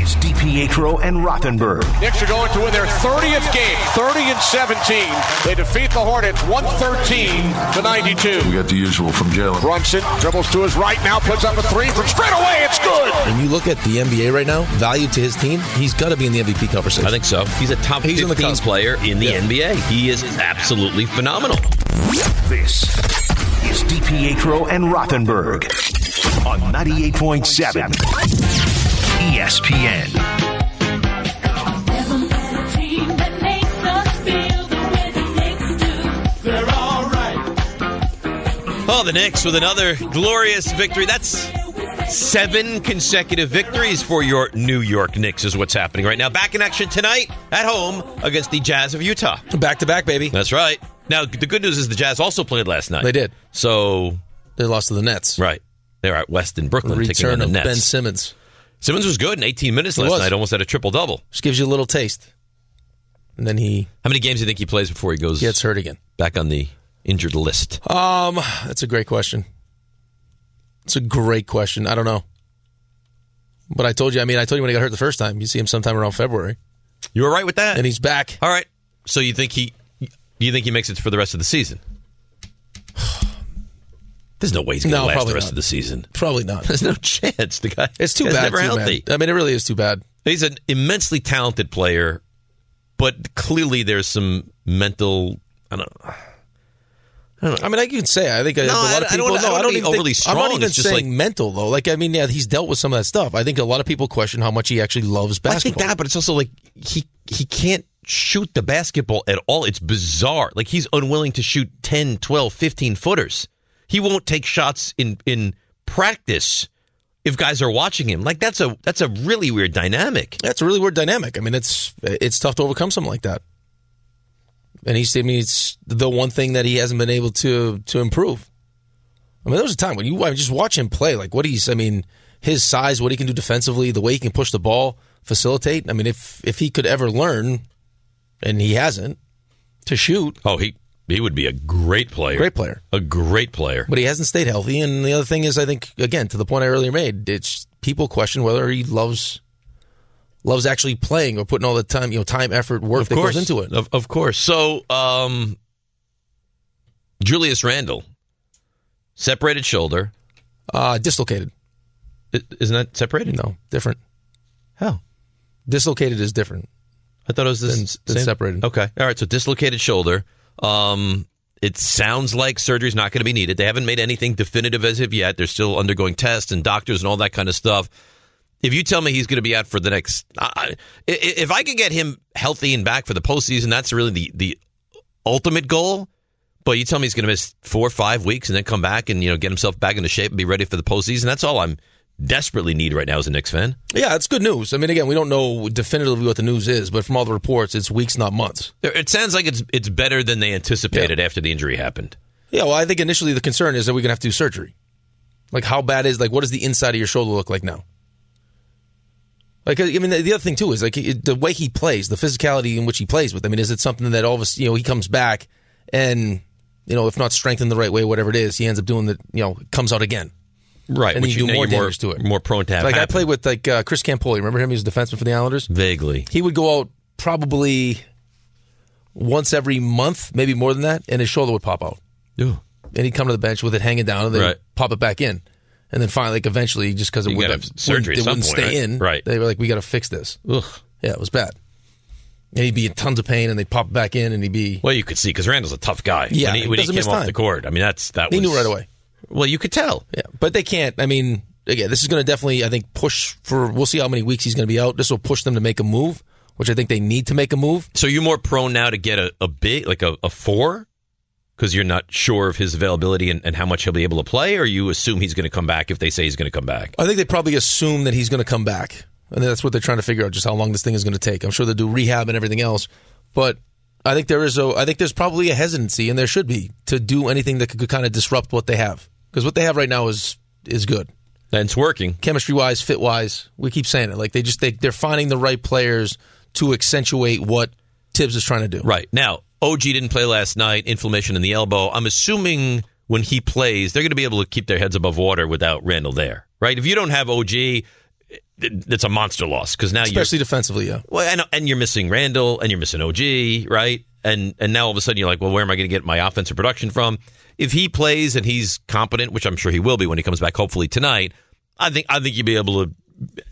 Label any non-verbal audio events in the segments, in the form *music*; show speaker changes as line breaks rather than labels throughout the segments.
is DiPietro and Rothenberg.
Knicks are going to win their 30th game, 30 and 17. They defeat the Hornets 113 to 92.
We got the usual from Jalen.
Brunson dribbles to his right now, puts up a three from straight away. It's good.
When you look at the NBA right now, value to his team, he's got to be in the MVP conversation.
I think so. He's a top
He's on the
15
cusp.
player in the NBA. He is absolutely phenomenal.
This is DiPietro and Rothenberg on 98.7 E ESPN.
Never met a team that makes us feel the way the Knicks do. They're all right.
Oh, the Knicks with another glorious victory. That's seven consecutive victories for your New York Knicks, is what's happening right now. Back in action tonight at home against the Jazz of Utah.
Back to back, baby.
That's right. Now, the good news is the Jazz also played last night.
They did.
So,
They lost to the Nets.
right. They're at West in Brooklyn taking on
Return
the
of
Nets.
Ben Simmons.
Simmons was good in 18 minutes
He
last
was.
night, almost had a triple double.
Just gives you a little taste. And then he
How many games do you think he plays before he goes
gets hurt again.
back on the injured list?
Um, that's a great question. It's a great question. I don't know. But I told you, I mean, I told you when he got hurt the first time. You see him sometime around February.
You were right with that.
And he's back.
All right. So you think he? Do you think he makes it for the rest of the season? *sighs* There's no way he's going to
No,
last the
probably
rest
not.
of the season.
Probably not.
*laughs* There's no chance. The guy.
It's too
guy's
bad.
Never
too
healthy.
bad. I mean, it really is too bad.
He's an immensely talented player, but clearly there's some mental. I don't. know.
I mean, I can say I think uh, a
No,
lot of
I- I don't
people.
wanna- I
no,
don't
I
wanna
don't
be
even think-
overly
I'm
strong.
not even
It's just
saying
like-
mental though. Like I mean, yeah, he's dealt with some of that stuff. I think a lot of people question how much he actually loves
I think
basketball.
that, but it's also like he he can't shoot the basketball at all. It's bizarre. Like he's unwilling to shoot 10, 12, 15 footers. He won't take shots in in practice if guys are watching him. Like that's a that's a really weird dynamic.
That's a really weird dynamic. I mean, it's it's tough to overcome something like that. And he's, I mean, it's the one thing that he hasn't been able to to improve. I mean, there was a time when you I mean, just watch him play. Like what he's, I mean, his size, what he can do defensively, the way he can push the ball, facilitate. I mean, if if he could ever learn, and he hasn't, to shoot,
Oh, he he would be a great player.
great player.
A great player.
but he hasn't stayed healthy. And the other thing is, I think again to the point I earlier made, it's people question whether he loves loves actually playing or putting all the time, you know, time, effort, work that goes into it.
Of, of course. So, um, Julius Randle, separated shoulder.
Uh, dislocated,
I- Isn't that separated?
no, different.
How?
Dislocated is different.
I thought it was
Then-
this
then separated.
Okay. All right. So dislocated shoulder. Um, it sounds like surgery's not going to be needed. They haven't made anything definitive as of yet. They're still undergoing tests and doctors and all that kind of stuff. If you tell me he's going to be out for the next, I, I- i- if I could get him healthy and back for the postseason, that's really the the ultimate goal. But you tell me he's going to miss four or five weeks and then come back and you know get himself back into shape and be ready for the postseason. That's all I'm desperately need right now as a Knicks fan.
Yeah, it's good news. I mean, again, we don't know definitively what the news is, but from all the reports, it's weeks, not months.
It sounds like it's it's better than they anticipated after the injury happened.
Yeah, well, I think initially the concern is that we're gonna have to do surgery. Like, how bad is like what does the inside of your shoulder look like now? Like, I mean, the the other thing too is like it- the way he plays, the physicality in which he plays with. I mean, is it something that all of us, you know, he comes back and you know, if not strengthened the right way, whatever it is, he ends up doing that. You know, comes out again.
Right,
And
which
then you do
know
more
you're
damage to it.
More prone to have
Like I
happen.
played with like uh, Chris Campoli. Remember him? He was a defenseman for the Islanders.
vaguely.
He would go out probably once every month, maybe more than that, and his shoulder would pop out. and he'd come to the bench with it hanging down, and they
Right.
would pop it back in, and then finally, like eventually, just because it
You gotta
wouldn't,
have surgery
wouldn't-
at
it wouldn't
some
stay
point, right?
in,
Right.
They were like, "We got to fix this."
Ugh.
Yeah, it was bad, and he'd be in tons of pain, and they'd pop it back in, in, and he'd be.
Well, you could see because Randall's a tough guy.
Yeah,
when he,
he
when he
doesn't
came
miss
off
time.
the court, I mean that's that.
He
was,
knew right away.
Well, you could tell.
Yeah, but they can't. I mean, again, this is going to definitely, I think, push for. We'll see how many weeks he's going to be out. This will push them to make a move, which I think they need to make a move.
So you're more prone now to get a, a big, like a, a four, because you're not sure of his availability and, and how much he'll be able to play, or you assume he's going to come back if they say he's going to come back.
I think they probably assume that he's going to come back, and that's what they're trying to figure out, just how long this thing is going to take. I'm sure they'll do rehab and everything else, but I think there is a, I think there's probably a hesitancy, and there should be to do anything that could kind of disrupt what they have, because what they have right now is is good.
And it's working.
chemistry wise, fit wise. We keep saying it. Like they just they they're finding the right players to accentuate what Tibbs is trying to do.
Right. Now, OG didn't play last night, inflammation in the elbow. I'm assuming when he plays, they're going to be able to keep their heads above water without Randall there, right? If you don't have OG, it- it's a monster loss because now you're
Especially defensively, yeah.
Well, and, and you're missing Randall, and you're missing OG, right? And and now all of a sudden you're like, well, where am I going to get my offensive production from? If he plays and he's competent, which I'm sure he will be when he comes back, hopefully tonight, I think I think you'd be able to,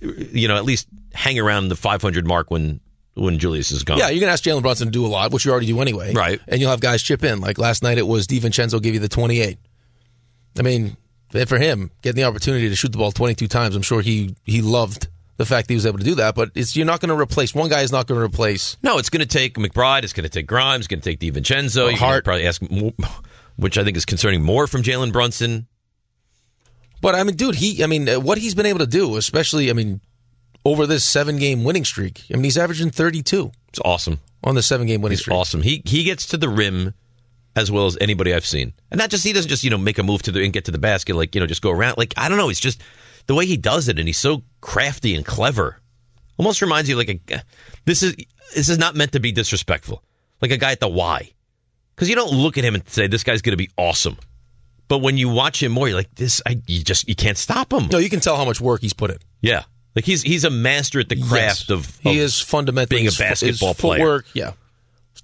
you know, at least hang around the 500 mark when when Julius is gone.
Yeah, you're gonna ask Jalen Brunson to do a lot, which you already do anyway.
Right.
And you'll have guys chip in. Like last night it was DiVincenzo gave you the twenty eight. I mean, and for him, getting the opportunity to shoot the ball twenty two times, I'm sure he he loved the fact that he was able to do that. But it's you're not gonna replace one guy is not gonna replace
No, it's going to take McBride. It's going to take Grimes. It's going to take DiVincenzo. You're going to
Hart.
probably ask, mo- *laughs* which I think is concerning more from Jalen Brunson.
But I mean, dude, he, I mean, uh, what he's been able to do, especially, I mean, over this seven game winning streak, I mean, he's averaging 32
It's awesome.
on the seven game winning
He's
streak.
awesome. He he gets to the rim as well as anybody I've seen, and not just he doesn't just you know make a move to the and get to the basket like you know just go around like I don't know. It's just the way he does it, and he's so crafty and clever. Almost reminds you like a this is this is not meant to be disrespectful, like a guy at the Y, because you don't look at him and say this guy's going to be awesome, but when you watch him more, you're like this. I you just you can't stop him.
No, you can tell how much work he's put in.
Yeah, like he's he's a master at the
Yes.
craft of, of
he is fundamentally
being a
his fo- his
basketball player.
Footwork, yeah,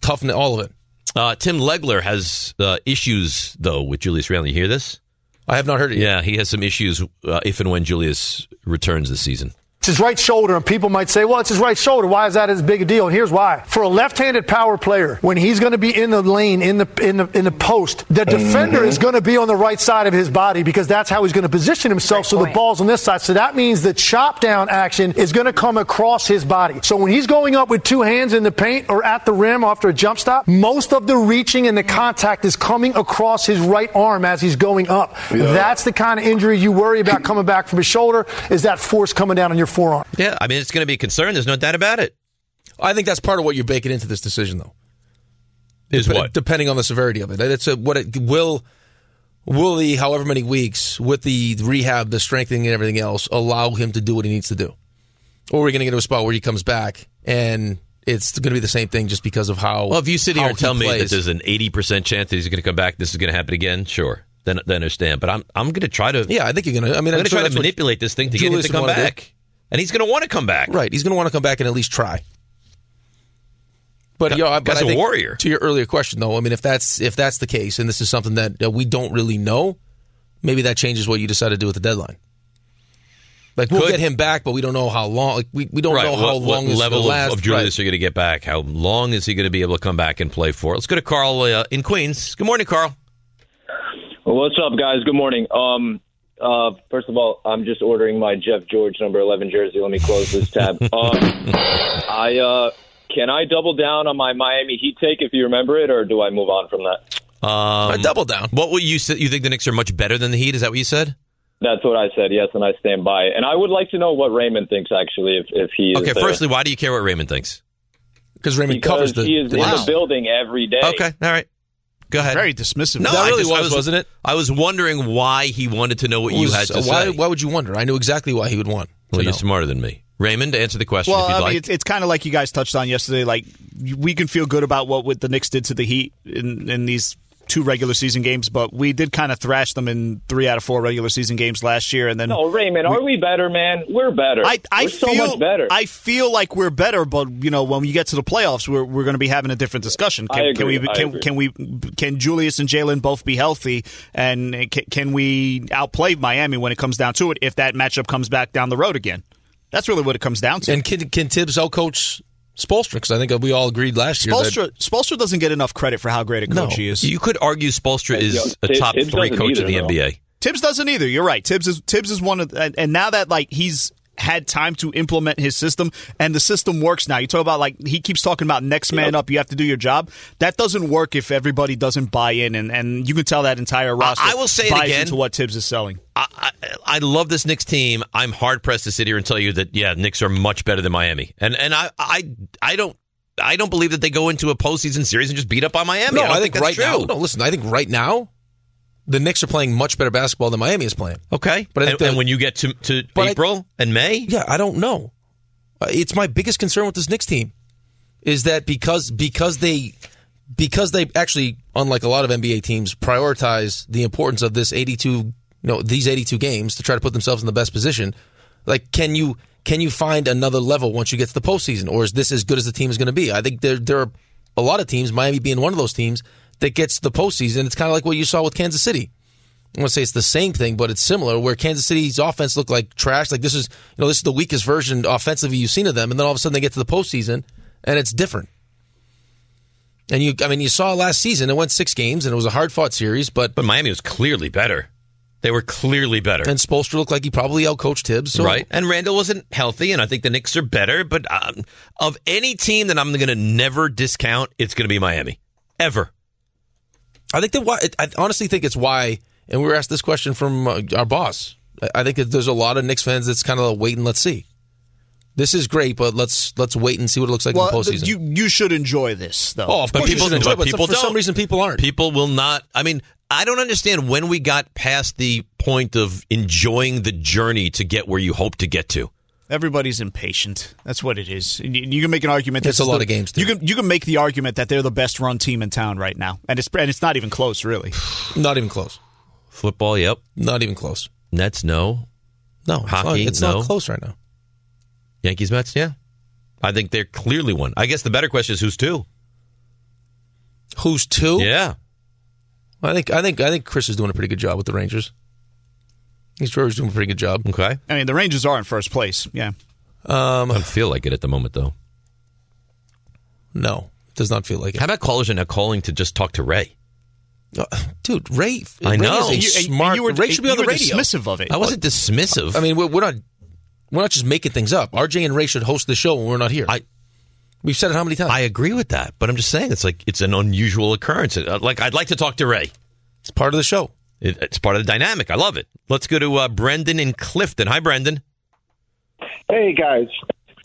toughness, all of it.
Uh, Tim Legler has uh, issues though with Julius Randle. You hear this?
I have not heard it yet.
Yeah, he has some issues uh, if and when Julius returns this season.
It's his right shoulder, and people might say, well, it's his right shoulder. Why is that as big a deal? And here's why. For a left-handed power player, when he's going to be in the lane, in the, in the, in the post, the defender is going to be on the right side of his body because that's how he's going to position himself so the ball's on this side. So that means the chop down action is going to come across his body. So when he's going up with two hands in the paint or at the rim after a jump stop, most of the reaching and the contact is coming across his right arm as he's going up. That's the kind of injury you worry about coming back from his shoulder is that force coming down on your forearm.
Yeah, I mean it's going to be a concern. There's no doubt about it.
I think that's part of what you're baking into this decision, though.
Is
Dep-
what?
Depending on the severity of it. That's a, what it will. Will the however many weeks with the rehab, the strengthening, and everything else allow him to do what he needs to do, or are we going to get to a spot where he comes back and it's going to be the same thing just because of how?
well, if you sit here
how
and tell
he
me that
plays.
there's an 80% chance that he's going to come back, this is going to happen again, sure. Then then I understand, but I'm I'm going to try to
yeah, I think you're going to. I mean,
I'm
I'm,
going to
sure
try to
that's what-
manipulate this thing to
Julius
get him
would
to come
wanna do.
back. And he's going to want to come back.
Right, he's going to want to come back and at least try. But
Guy-
yo, I- but
guy's
I
a
think
warrior.
To your earlier question, though, I mean, if that's if that's the case, and this is something that uh, we don't really know, maybe that changes what you decide to do at the deadline. Like we'll
Could.
get him back, but we don't know how long. Like, we we don't
Right.
know how
what, what
long this
level
will
of-
last.
of, Julius are going to get back? How long is he going to be able to come back and play for? Let's go to Carl uh, in Queens. Good morning, Carl.
Well, what's up, guys? Good morning. Um, uh, first of all, I'm just ordering my Jeff George number 11 jersey. Let me close this tab. um, I uh, can I double down on my Miami Heat take if you remember it, or do I move on from that?
Right. I double down.
Um, What will you say? You think the Knicks are much better than the Heat? Is that what you said?
That's what I said. Yes, and I stand by it. And I would like to know what Raymond thinks actually, if if he is
Okay,
there.
firstly, why do you care what Raymond thinks?
because Raymond
because
covers the.
he is
the
in the
Knicks.
building every day.
Okay, all right. Go ahead.
Very dismissive.
no,
That
I
really
just- I
was, wasn't it?
I was wondering why he wanted to know what you
Was-
had to
why,
say.
why would you wonder? I knew exactly why he would want. to
well, you're
know.
smarter than me. Raymond, answer the question
Well,
if you'd
I mean,
like.
it's, it's kind of like you guys touched on yesterday. Like you- we can feel good about what, what the Knicks did to the Heat in, in these two regular season games, but we did kind of thrash them in three out of four regular season games last year, and then.
No, Raymond, are we better, man? We're better.
I, I
We're so
feel
much better.
I feel like we're better, but you know when we get to the playoffs, we're, we're going to be having a different discussion. Can,
I
can
agree.
we
I
can,
agree.
can we can Julius and Jalen both be healthy, and can, can we outplay Miami when it comes down to it? If that matchup comes back down the road again, that's really what it comes down to.
And can can Tibbs outcoach Spolstra? Because I think we all agreed last year. that-
Spolstra, Spolstra doesn't get enough credit for how great a coach
No.
he is.
you could argue Spolstra is
yo,
a
Tibbs-
top
Tibbs
three
doesn't
coach in
either,
the
though.
NBA.
Tibbs doesn't either. You're right. Tibbs is Tibbs is one of the, and- and now that like he's had time to implement his system and the system works now. You talk about like he keeps talking about next man up, you have to do your job. That doesn't work if everybody doesn't buy in and, and you can tell that entire roster
I will say it
buys
again.
into what Tibbs is selling.
I, I, I love this Knicks team. I'm hard pressed to sit here and tell you that yeah, Knicks are much better than Miami. And and I I I don't I don't believe that they go into a postseason series and just beat up on Miami.
No,
I,
I,
don't
think,
that's
right now.
true.
No, listen, I think right now, the Knicks are playing much better basketball than Miami is playing.
Okay,
But I
but
think
and,
the-
and when you get to, to
But I-
April and May,
Yeah, I don't know. Uh, It's my biggest concern with this Knicks team is that because because they because they actually, unlike a lot of NBA teams, prioritize the importance of this eighty-two, you know, these eighty-two games to try to put themselves in the best position. Like, can you can you find another level once you get to the postseason, or is this as good as the team is going to be? I think there there are a lot of teams, Miami being one of those teams, that gets to the postseason. It's kind of like what you saw with Kansas City. I want to say it's the same thing, but it's similar. Where Kansas City's offense looked like trash, like this is you know this is the weakest version offensively you've seen of them, and then all of a sudden they get to the postseason and it's different. And you, I mean, you saw last season it went six games and it was a hard fought series, but
but Miami was clearly better. They were clearly better,
and Spoelstra looked like he probably outcoached Tibbs, so
right? And Randall wasn't healthy, and I think the Knicks are better. But um, of any team that I'm going to never discount, it's going to be Miami, ever.
I think that why I honestly think it's why. And we were asked this question from uh, our boss. I- I think that there's a lot of Knicks fans that's kind of like, wait and let's see. This is great, but let's let's wait and see what it looks like in
Well,
the postseason.
you you should enjoy this though.
oh, of
But
course you
people-
should enjoy it,
but people
for some
don't.
reason people aren't.
People will not. I mean, I don't understand when we got past the point of enjoying the journey to get where you hope to get to.
Everybody's impatient. That's what it is. And You you can make an argument.
It's
this
a
is
lot
the-
of games, too.
You can you can make the argument that they're the best run team in town right now, and it's and it's not even close, really.
*sighs* Not even close.
Football, yep.
Not even close.
Nets, no.
No, it's
Hockey,
not, it's
no.
not close right now.
Yankees, Mets, yeah. I think they're clearly one. I guess the better question is who's two.
Who's two?
Yeah,
I think I think I think Chris is doing a pretty good job with the Rangers. I think George is doing a pretty good job.
okay.
I mean, the Rangers are in first place. Yeah,
I don't feel like it at the moment, though.
No, it does not feel like it.
How about callers are now calling to just talk to Ray?
Uh, dude, Ray.
I
Ray
know.
is a
And
you, and- and
smart.
you were,
Ray should be on
you
the
were
radio.
Dismissive of it.
I wasn't dismissive.
I mean, we're, we're not we're not just making things up. RJ and Ray should host the show when we're not here.
I-
we've said it how many times?
I agree with that, but I'm just saying it's like it's an unusual occurrence. Uh, Like I'd like to talk to Ray.
it's part of the show.
It, it's part of the dynamic. I love it. Let's go to uh, Brendan in Clifton. Hi, Brendan.
Hey guys,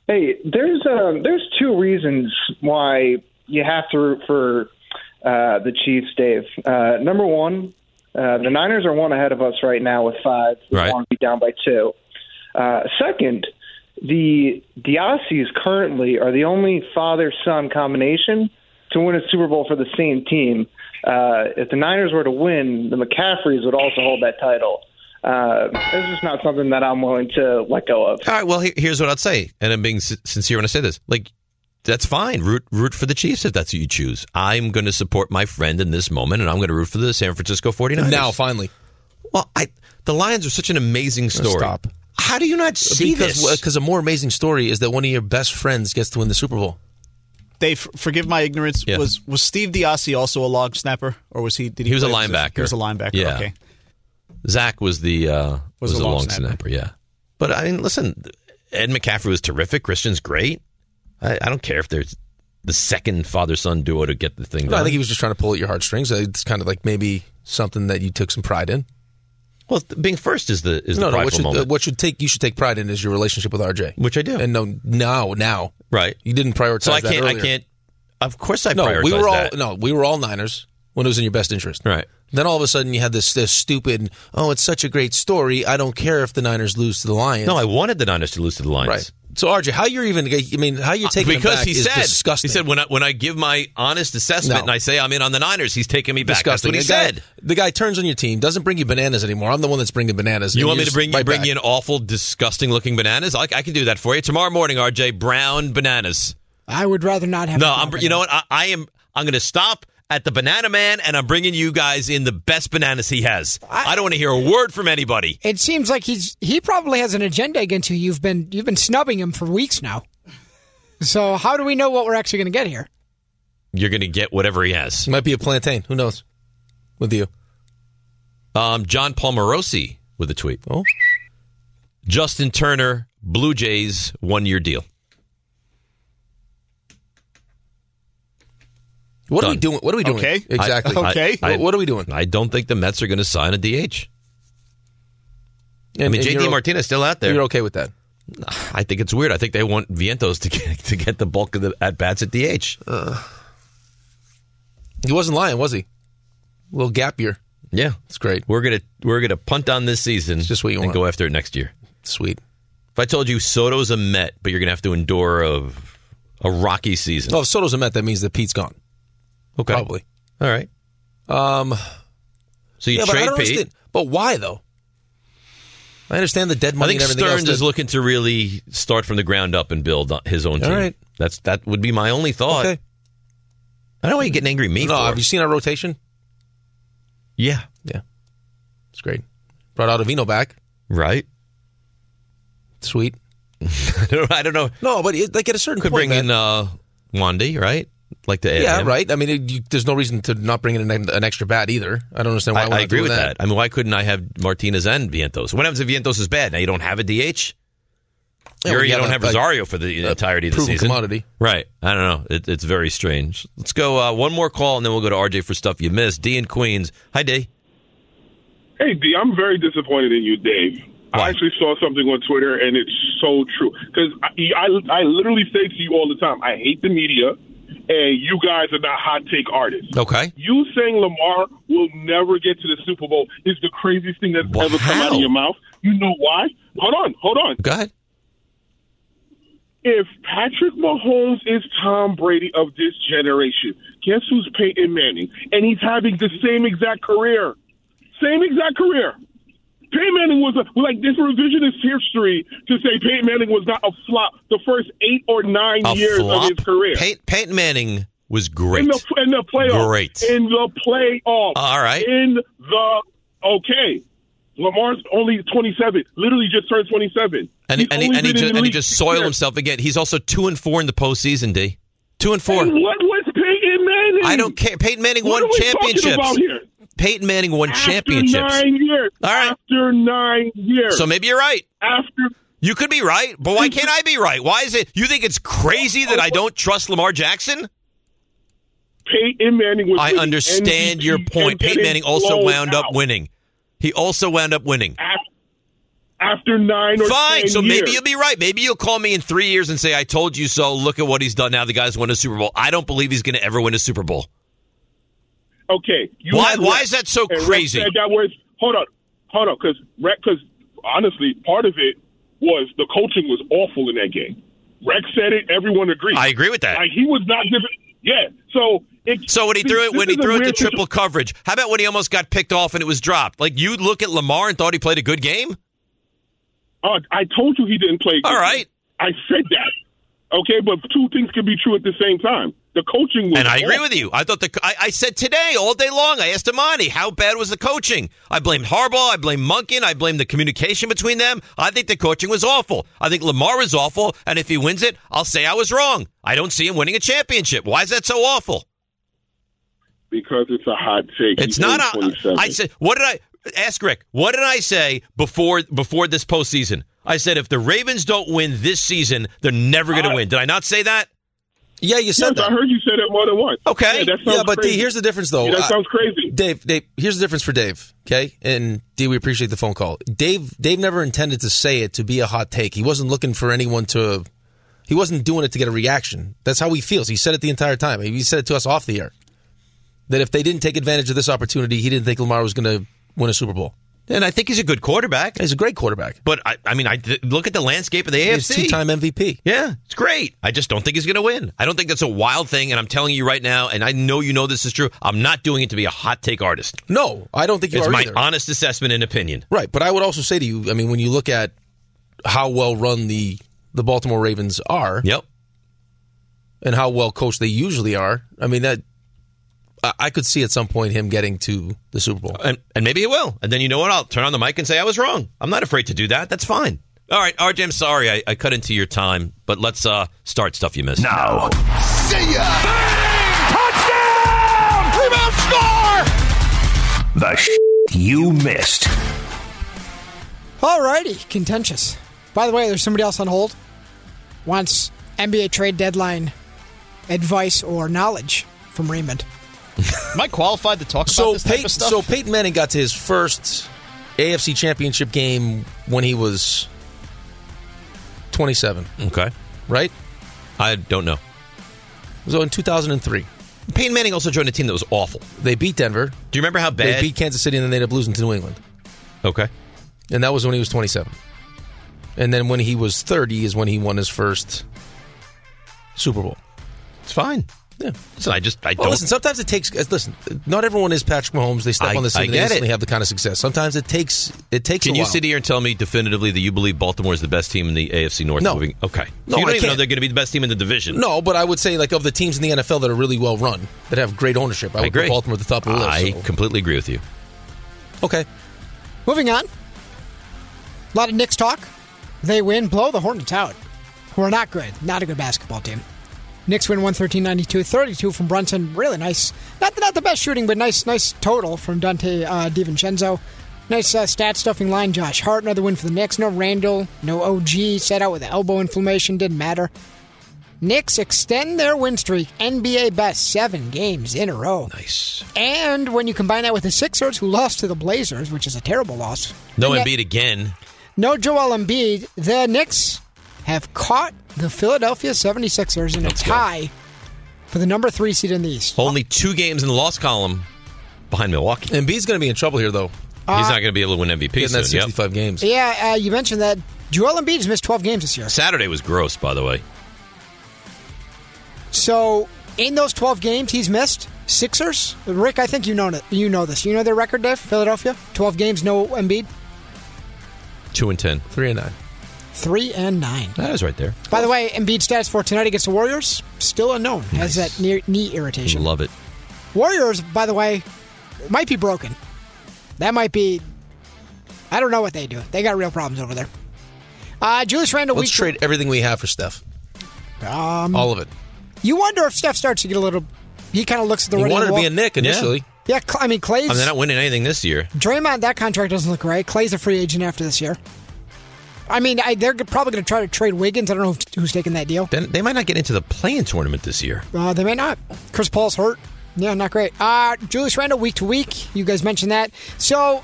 hey, there's um, there's two reasons why you have to root for uh, the Chiefs, Dave. Uh, number one, uh, the Niners are one ahead of us right now with five. We
Right.
want to be down by two. Uh, second, the the Aussies currently are the only father son combination to win a Super Bowl for the same team. Uh, if the Niners were to win, the McCaffreys would also hold that title. Uh, it's just not something that I'm willing to let go of.
All right. Well, he- here's what I'd say, and I'm being s- sincere when I say this. Like, that's fine. Root root for the Chiefs if that's what you choose. I'm going to support my friend in this moment, and I'm going to root for the San Francisco 49ers.
Now, finally,
well, I the Lions are such an amazing story.
stop.
How do you not see
because
this?
because a more amazing story is that one of your best friends gets to win the Super Bowl.
They f- forgive my ignorance.
Yeah.
Was was Steve Diassi also a log snapper, or was he? Did he?
He was a
play for the-
linebacker.
He was a linebacker.
Yeah.
Okay.
Zach was the uh, was,
the
the
long
long,
snapper.
snapper. Yeah, but I mean, listen, Ed McCaffrey was terrific. Christian's great. I, I don't care if there's the second father son duo to get the thing done.
No, I think he was just trying to pull at your heartstrings. Uh, It's kind of like maybe something that you took some pride in.
well, th- being first is the is the
no, no. What
prideful
should, uh,
moment,
what should take you should take pride in is your relationship with RJ,
which I do.
and no, now, now,
right.
you didn't prioritize.
So I
that
can't. I
earlier.
can't. Of course, I
No,
prioritize
we were all
that.
no, we were all Niners when it was in your best interest.
Right.
Then all of a sudden you had this this stupid. Oh, it's such a great story. I don't care if the Niners lose to the Lions.
No, I wanted the Niners to lose to the Lions.
right. So RJ, how you're even? I mean, how you're taking him
because
back
he
is
said
disgusting.
he said when I when I give my honest assessment
No.
and I say I'm in on the Niners, he's taking me back.
disgusting.
That's
the
what he
guy,
said.
The guy turns on your team, doesn't bring you bananas anymore. I'm the one that's bringing bananas.
You
and
want
you're
me to
just
bring you
right
bring
back.
you an awful, disgusting looking bananas? I, I can do that for you tomorrow morning. RJ Brown bananas.
I would rather not have.
No,
a
I'm.
company.
You know what? I, I am. I'm going to stop at the banana man, and I'm bringing you guys in the best bananas he has. I, don't want to hear a word from anybody.
It seems like he's he probably has an agenda against you. You've been you've been snubbing him for weeks now. So how do we know what we're actually going to get here?
You're going to get whatever he has.
Might be a plantain. Who knows? With you,
Um, John Palmarosi with a tweet. Oh. Justin Turner, Blue Jays, one year deal.
What are we
Done.
doing? What are we doing? Exactly.
I- I-
what are we doing?
I don't think the Mets are going to sign a DH. I
And-
mean,
and
JD
you're-
Martinez still out there.
You're okay with that?
I think it's weird. I think they want Vientos to get to get the bulk of the at bats at DH.
He wasn't lying, was he? little gap year.
Yeah,
it's great.
We're gonna we're gonna punt on this season. just what you and
want.
Go after it next year.
Sweet.
If I told you Soto's a Met, but you're gonna have to endure a a rocky season.
Oh, if Soto's a Met, that means that Pete's gone.
Okay.
Probably.
All right.
Um.
So you
yeah, but I
trade
don't
Pete.
understand. But why though? I understand the dead money
I think
and everything
Stearns
else.
is looking to really start from the ground up and build his own
All
team.
right.
That's that would be my only thought.
Okay.
I don't know why you're getting angry at me.
No,
for.
have you seen our rotation?
Yeah.
Yeah. It's great. Brought Ottavino back.
Right. *laughs*
Sweet.
I don't know- *laughs* I don't know.
No, but it, like at a certain
Could
point,
bring
man,
in uh, Wandy, right? Like the
yeah, right. I mean, it, you, there's no reason to not bring in an, an extra bat either. I don't understand why.
I,
we're
I
not
agree
doing
with that. I mean, why couldn't I have Martinez and Vientos? What happens if Vientos is bad? Now you don't have a DH.
Yeah,
You
well,
already
you
don't
have
have
a-
Rosario for the entirety of the
proven
season.
commodity.
Right. I don't know. It, it's very strange. Let's go uh, one more call, and then we'll go to RJ for stuff you missed. D in Queens. Hi, D.
Hey, D, I'm very disappointed in you, Dave. I actually saw something on Twitter, and it's so true. Because I, I, I literally say to you all the time, I hate the media, and you guys are not hot take artists.
Okay.
You saying Lamar will never get to the Super Bowl is the craziest thing that's ever come out of your mouth. You know why? Hold on, hold on.
Go ahead.
If Patrick Mahomes is Tom Brady of this generation, guess who's Peyton Manning? And he's having the same exact career. Same exact career. Peyton Manning was a, like this revisionist history to say Peyton Manning was not a flop the first eight or nine
A
years
flop?
of his career.
Peyton, Peyton Manning was great.
In the, in the playoffs.
Great.
In the playoffs.
All right.
In the okay. Lamar's only 27. Literally just turned 27.
and,
He's
and, he,
only
and, he
been in
just,
the
and he
league
just
six
soiled
years.
himself again. He's also two and four in the postseason. D two and four.
And what was Peyton Manning?
I don't care. Peyton Manning
What
won
are we talking
championships.
about here?
Peyton Manning won
After
championships.
nine years. All right. After nine years.
So maybe you're right.
After
You could be right, but why can't I be right? Why is it? You think it's crazy that I don't trust Lamar Jackson?
Peyton Manning was.
I
winning
understand
MVP
your point. Peyton
and getting
Manning also
blown
wound up
out
winning. He also wound up winning.
after nine or
Fine.
ten
So
years.
maybe you'll be right. Maybe you'll call me in three years and say, I told you so. Look at what he's done now. The guy's won a Super Bowl. I don't believe he's going to ever win a Super Bowl.
Okay. You
Why-
have
why
Rex.
is that so
And Rex
crazy?
said that was hold on, hold on, because because honestly, part of it was the coaching was awful in that game. Rex said it. Everyone agreed.
I agree with that.
Like he was not giving. Yeah. So it.
So when he threw it,
this
when he
is a
threw it to
weird situ-
triple coverage, how about when he almost got picked off and it was dropped? Like you look at Lamar and thought he played a good game.
Uh, I told you he didn't play. All right. I said that. Okay, but two things could be true at the same time. The coaching was.
And I agree
awful.
with you. I thought the I, I said today all day long. I asked Imani how bad was the coaching. I blamed Harbaugh. I blamed Munkin. I blamed the communication between them. I think the coaching was awful. I think Lamar was awful. And if he wins it, I'll say I was wrong. I don't see him winning a championship. Why is that so awful?
because it's a hot take.
It's not a. I said, what did I ask Rick? What did I say before before this postseason? I said if the Ravens don't win this season, they're never going to win. Did I not say that?
Yeah, you said
that. I heard you say that more than once.
Okay.
Yeah, that sounds
yeah, but
crazy.
D, here's the difference, though.
Yeah, that
Uh,
sounds crazy.
Dave, Dave, here's the difference for Dave. Okay, and D, we appreciate the phone call. Dave, Dave never intended to say it to be a hot take. He wasn't looking for anyone to. He wasn't doing it to get a reaction. That's how he feels. He said it the entire time. He said it to us off the air. That if they didn't take advantage of this opportunity, he didn't think Lamar was going to win a Super Bowl.
And I think he's a good quarterback.
He's a great quarterback.
But I, I mean, I th- look at the landscape of the AFC.
He's two-time MVP.
Yeah, it's great. I just don't think he's going to win. I don't think that's a wild thing. And I'm telling you right now, and I know you know this is true. I'm not doing it to be a hot take artist.
No, I don't think you
it's
are
my
either.
honest assessment and opinion.
Right, but I would also say to you, I mean, when you look at how well run the the Baltimore Ravens are,
yep,
and how well coached they usually are, I mean that I, I could see at some point him getting to the Super Bowl.
And, and maybe it will. And then you know what? I'll turn on the mic and say I was wrong. I'm not afraid to do that. That's fine. All right, RJ, I'm sorry I, I cut into your time, but let's uh, start stuff you missed. Now.
See ya! Touchdown! Rebound score! The You missed.
Alrighty, contentious. By the way, there's somebody else on hold. Wants NBA trade deadline advice or knowledge from Raymond.
Am I qualified to talk about
So
this type
Peyton,
of stuff?
so Peyton Manning got to his first AFC Championship game when he was 27.
Okay,
right?
I don't know.
So in 2003,
Peyton Manning also joined a team that was awful.
They beat Denver. Do
you remember how bad?
They beat Kansas City and then they ended up losing to New England.
Okay.
And that was when he was 27. And then when he was 30 is when he won his first Super Bowl.
It's fine.
Yeah.
Listen, I just I
Well,
don't.
listen, sometimes it takes. uh, Listen, not everyone is Patrick Mahomes. They step
I-
on the scene
I
and they
get
instantly
it.
have the kind of success. Sometimes it takes. It takes.
Can
a
you
while.
sit here and tell me definitively that you believe Baltimore is the best team in the AFC North?
No.
Moving? Okay. So
No,
you
I
don't even know
can't.
they're going to be the best team in the division.
No, but I would say like of the teams in the NFL that are really well run, that have great ownership, I
I
would
agree.
put Baltimore at the top of the list.
I
so-
completely agree with you.
Okay.
Moving on. A lot of Knicks talk. They win, blow the Hornets out. who are not good. Not a good basketball team. Knicks win 113-92, 32 from Brunson. Really nice. Not not the best shooting, but nice nice total from Dante uh, DiVincenzo. Nice uh, stat stuffing line, Josh Hart. Another win for the Knicks. No Randall, no OG. Set out with elbow inflammation. Didn't matter. Knicks extend their win streak. NBA best seven games in a row.
Nice.
And when you combine that with the Sixers, who lost to the Blazers, which is a terrible loss.
No
And that-
Embiid again.
no Joel Embiid. The Knicks have caught the Philadelphia 76ers in a tie for the number three seed in the East.
Only two games in the loss column behind Milwaukee.
Embiid's going to be in trouble here, though.
Uh,
He's not going to be able to win MVP
Getting
soon.
that 65 games.
Yeah, uh, you mentioned that Joel Embiid's missed 12 games this year.
Yep. Saturday was gross, by the way.
So in those 12 games he's missed, Sixers, Rick, I think you know it. You know this. You know their record, Dave? Philadelphia, 12 games, no Embiid,
Two and ten.
Three and nine.
three and nine.
That is right there.
By the way, Embiid stats for tonight against the Warriors still unknown. Has that knee, knee irritation.
Love it.
Warriors, by the way, might be broken. That might be. I don't know what they do. They got real problems over there. Uh, Julius Randle.
Let's
week-
trade everything we have for Steph.
Um,
All of it.
You wonder if Steph starts to get a little. He kind of looks at the.
He
writing on
wanted
the
to be
wall.
a Nick initially.
Yeah, Cl- I mean
I
Clay's.
mean, they're not winning anything this year.
Draymond, that contract doesn't look right. Clay's a free agent after this year. I mean, I, they're probably going to try to trade Wiggins. I don't know who's- who's taking that deal.
Then they might not get into the playing tournament this year.
Uh, they may not. Chris Paul's hurt. Yeah, not great. Uh, Julius Randle, week to week. You guys mentioned that. So,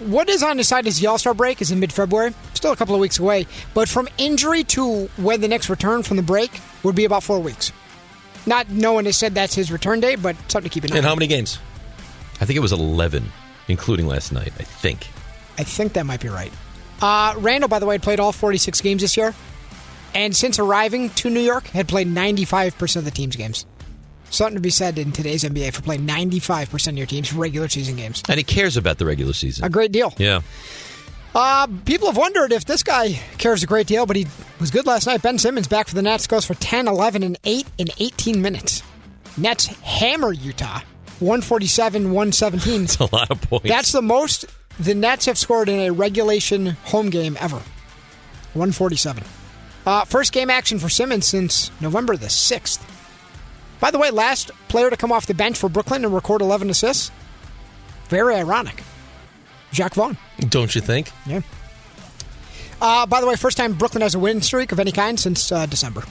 what is on the side is the All Star break is in mid February. Still a couple of weeks away. But from injury to when the next return from the break would be about four weeks. Not no one has said that's his return date, but something to keep an eye.
And
on.
how many games?
I think it was eleven, including last night. I think.
I think that might be right. Uh, Randall, by the way, played all 46 games this year, and since arriving to New York, had played 95% of the team's games. Something to be said in today's NBA for playing 95% of your team's regular season games.
And he cares about the regular season.
A great deal.
Yeah.
Uh, people have wondered if this guy cares a great deal, but he was good last night. Ben Simmons back for the Nets goes for 10, 11, and 8 in 18 minutes. Nets hammer Utah 147, 117.
It's a lot of points.
That's the most the Nets have scored in a regulation home game ever. 147. Uh, first game action for Simmons since November the 6th. By the way, last player to come off the bench for Brooklyn and record 11 assists. Very ironic. Jacques Vaughn.
Don't you think?
Yeah. Uh, by the way, first time Brooklyn has a win streak of any kind since uh, December.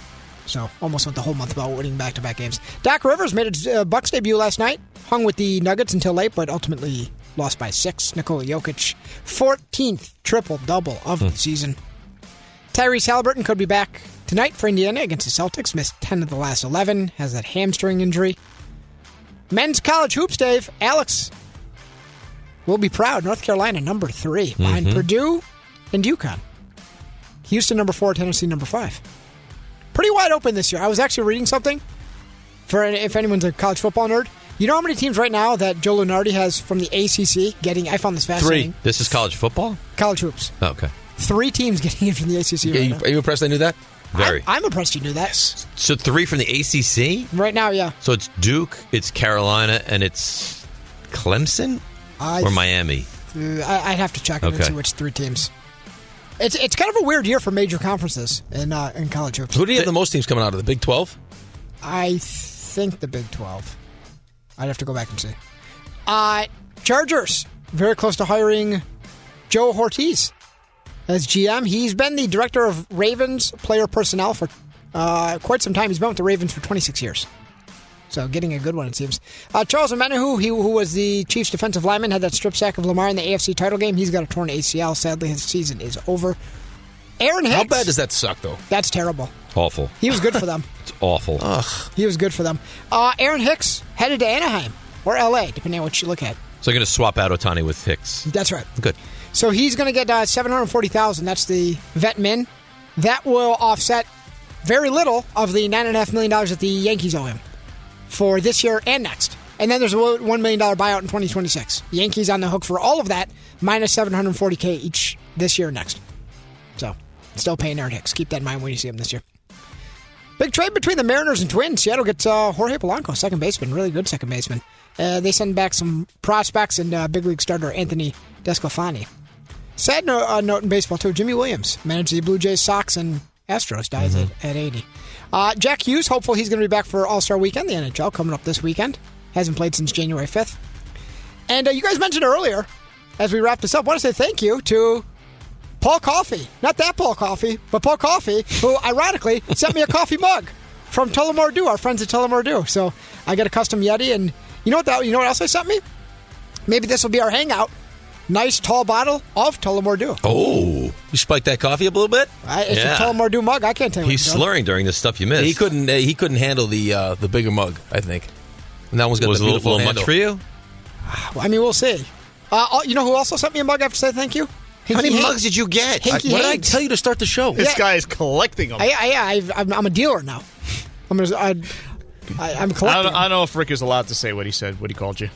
So almost went the whole month about winning back to back games. Doc Rivers made his uh, Bucks debut last night, hung with the Nuggets until late, but ultimately lost by six. Nikola Jokic, 14th triple double of the season. Tyrese Halliburton could be back tonight for Indiana against the Celtics. Missed 10 of the last 11, has that hamstring injury. Men's college hoops, Dave. Alex will be proud. North Carolina, number three, behind
Mhm.
Mm-hmm.
Purdue and UConn. Houston, number four, Tennessee, number five. Pretty wide open this year. I was actually reading something for if anyone's a college football nerd. You know how many teams right now that Joe Lunardi has from the ACC getting? I found this fascinating.
This is college football.
College hoops.
Oh, okay.
Three teams *laughs* getting in from the ACC
Yeah,
right
you,
now.
are you impressed I knew that?
Very.
I'm impressed you knew that.
so three from the ACC.
Right now, yeah.
So it's Duke, it's Carolina, and it's Clemson
I-
or Miami.
Uh, I- I'd have to check it and
Okay.
see which three teams. It's it's kind of a weird year for major conferences in uh, in college hoops.
Who do you have the most teams coming out of? The Big 12?
I think the Big Twelve. I'd have to go back and see. Uh Chargers very close to hiring Joe Hortiz as GM. He's been the director of Ravens player personnel for uh, quite some time. He's been with the Ravens for 26 years. So getting a good one, it seems. Uh, Charles Amenahu, he, who was the Chiefs defensive lineman, had that strip sack of Lamar in the AFC title game. He's got a torn ACL. Sadly, his season is over. Aaron Hicks.
How bad does that suck, though?
That's terrible.
Awful.
He was good for them.
It's awful.
He was good for them. Uh, Aaron Hicks headed to Anaheim or LA, depending on what you look at.
So they're going to swap out Otani with Hicks.
That's right.
Good.
So he's going to get uh, seven hundred forty thousand. That's the vet min. That will offset very little of the nine and a half million dollars that the Yankees owe him for this year and next. And then there's a one million dollar buyout in twenty twenty six. Yankees on the hook for all of that minus seven hundred forty k each this year and next. So still paying Aaron Hicks. Keep that in mind when you see him this year. Big trade between the Mariners and Twins. Seattle gets uh, Jorge Polanco, second baseman, really good second baseman. Uh, they send back some prospects and uh, big league starter Anthony Descalfani. Sad no- uh, note in baseball too. Jimmy Williams managed the Blue Jays, Sox, and Astros. Dies at, at 80. Uh, Jack Hughes, hopeful he's going to be back for All Star Weekend, the NHL coming up this weekend. Hasn't played since January 5th. And uh, you guys mentioned earlier, as we wrap this up, want to say thank you to Paul Coffee. Not that Paul Coffee, but Paul Coffee, who ironically *laughs* sent me a coffee mug from Tullamore Dew, our friends at Tullamore Dew. So I got a custom Yeti, and you know what? That, you know what else they sent me? Maybe this will be our hangout. Nice tall bottle of Tullamore Dew.
Oh, you spiked that coffee up a little bit.
I, it's a Tullamore Dew mug. I can't tell you.
He's
what it's
slurring during the stuff you missed.
He couldn't. uh, He couldn't handle the uh, the bigger mug. I think. And that one's got
Was
the
it a
beautiful
little- little much
handle.
for you?
called. I mean, we'll see. Uh, oh, you know who also sent me a mug? I have to say thank you.
How many
Hinky Hank-
mugs did you get?
Hinky
what did I
Hanks.
tell you to start the show?
This Yeah. guy
is collecting them.
I, I, I, I'm, I'm a dealer now. I'm gonna, I, I, I'm
I
collecting.
don't, I don't know if Rick is allowed to say what he said, what he called you.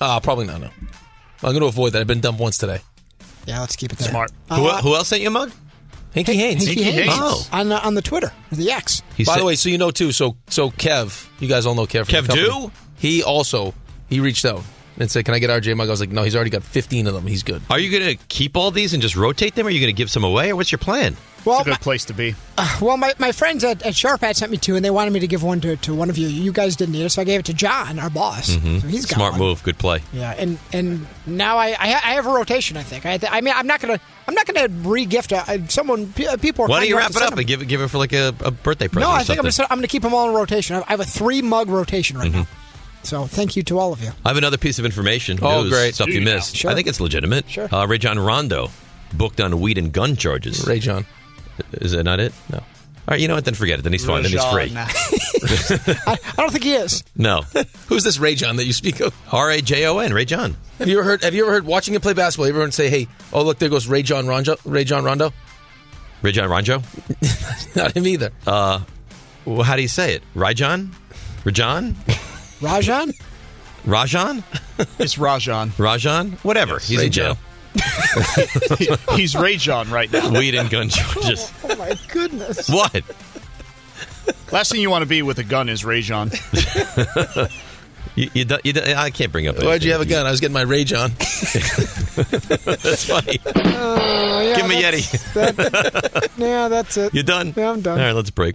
Uh, probably not. No, I'm going to avoid that. I've been dumped once today.
Yeah, let's keep it there.
Smart.
who,
Uh,
who else sent you a mug? Hinky Haynes.
Hinky Hanks.
Oh.
on the, on the Twitter, the X.
By the way, so you know too. So so Kev, you guys all know Kev. From
Kev
the company.
Dew?
He also he reached out and said, "Can I get RJ mug?" I was like, "No, he's already got 15 of them. He's good."
Are you going to keep all these and just rotate them? Or are you going to give some away? Or what's your plan?
Well,
Good place to be.
Uh, well, my, my friends at, at Sharp had sent me two, and they wanted me to give one to, to one of you. You guys didn't need it, so I gave it to John, our boss. So he's got
Mm-hmm. Smart
one.
move. Good play.
Yeah, and and now I I, ha- I have a rotation. I think. I, th- I mean, I'm not gonna I'm not gonna re-gift a, a- someone. P- uh, people. Are
Why don't
kind
you
enough
wrap
to
it
send
up and give it give it for like a, a birthday
them.
present?
No,
or
I think I'm
something? Mm-hmm.
gonna I'm gonna keep them all in rotation. I I have a three mug rotation right now. So thank you to all of you.
I have another piece of information.
Oh,
news,
great.
Stuff you missed.
Sure.
I think it's legitimate.
Sure.
Uh, Ray John Rondo booked on weed and gun charges.
Ray John.
Is that not it? No. All right, you know what? Then forget it. Then he's fine. Then he's free.
*laughs* I don't think he is.
No.
*laughs* Who's this Ray John that you speak of?
R A J O N, Ray John.
Have you ever heard? Have you ever heard watching him play basketball? Everyone say, "Hey, oh look, there goes Ray John Rondo." Ray John Rondo.
Ray John Ronjo?
*laughs* Not him either.
Uh, well, how do you say it? Rajon? Rajon?
Rajan.
Rajon?
It's Rajan.
Rajon? Whatever. He's in jail.
He's Rajan right now.
*laughs* Weed and gun charges.
Oh my goodness.
What?
Last thing you want to be with a gun is Rajon.
*laughs* You, you, do- you, do- I can't bring up.
Why'd you have a
anything.
gun? I was getting my Ray John.
*laughs* That's funny.
Oh, yeah,
Give me
that's-
Yeti.
Yeah,
*laughs*
that's it.
You done?
Yeah, I'm done.
All right, let's break.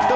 The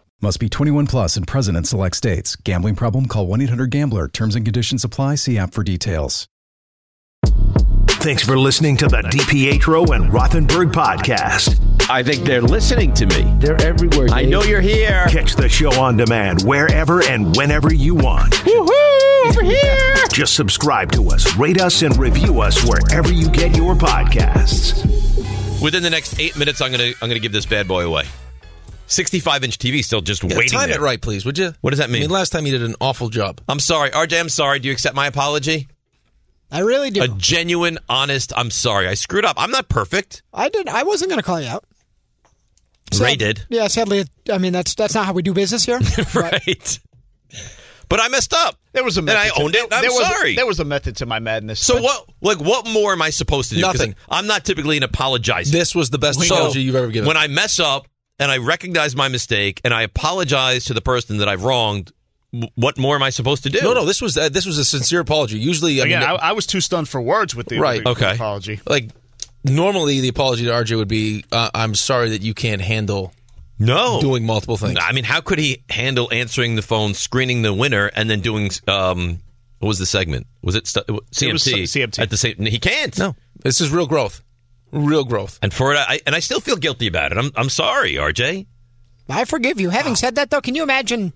Must be 21 plus and present in select states. Gambling problem? Call 1 800 Gambler. Terms and conditions apply. See app for details.
Thanks for listening to the DPetro and Rothenberg podcast.
I think they're listening to me. They're everywhere. I know you're here.
Catch the show on demand wherever and whenever you want.
Woohoo! Over here.
Just subscribe to us, rate us, and review us wherever you get your podcasts.
Within the next eight minutes, I'm gonna I'm gonna give this bad boy away. 65 inch TV still just
Yeah,
waiting.
time
there.
it right, please, would you?
What does that
I
mean?
mean, last time you did an awful job.
I'm sorry, RJ. I'm sorry. Do you accept my apology?
I really do.
A genuine, honest. I'm sorry. I screwed up. I'm not perfect.
I did. I wasn't going to call you out.
Ray did,
Yeah, sadly, I mean that's that's not how we do business
*laughs*
here.
right? But I messed up.
There was a
and I
method to-
owned it. and I'm
there was-
sorry.
there was a method to my madness.
So what? Like, what more am I supposed to do? 'Cause
Nothing.
I'm not typically an apologizer.
This was the best
So,
apology you've ever given.
When I mess up and I recognize my mistake and I apologize to the person that I've wronged, w- what more am I supposed to do?
No, no, this was uh, this was a sincere apology. Usually, I
Again,
mean,
I-
I was too stunned for words with the
right.
the- the Okay. apology.
Like normally, the apology to RJ would be, uh, "I'm sorry that you can't handle
no
doing multiple things."
I mean, how could he handle answering the phone, screening the winner, and then doing um, what was the segment? Was it stu- uh, CMT?
was CMT.
At the same, he can't. No,
this is real growth, real growth.
And for it, I and I still feel guilty about it. I'm I'm sorry, RJ.
I forgive you. Having said that, though, can you imagine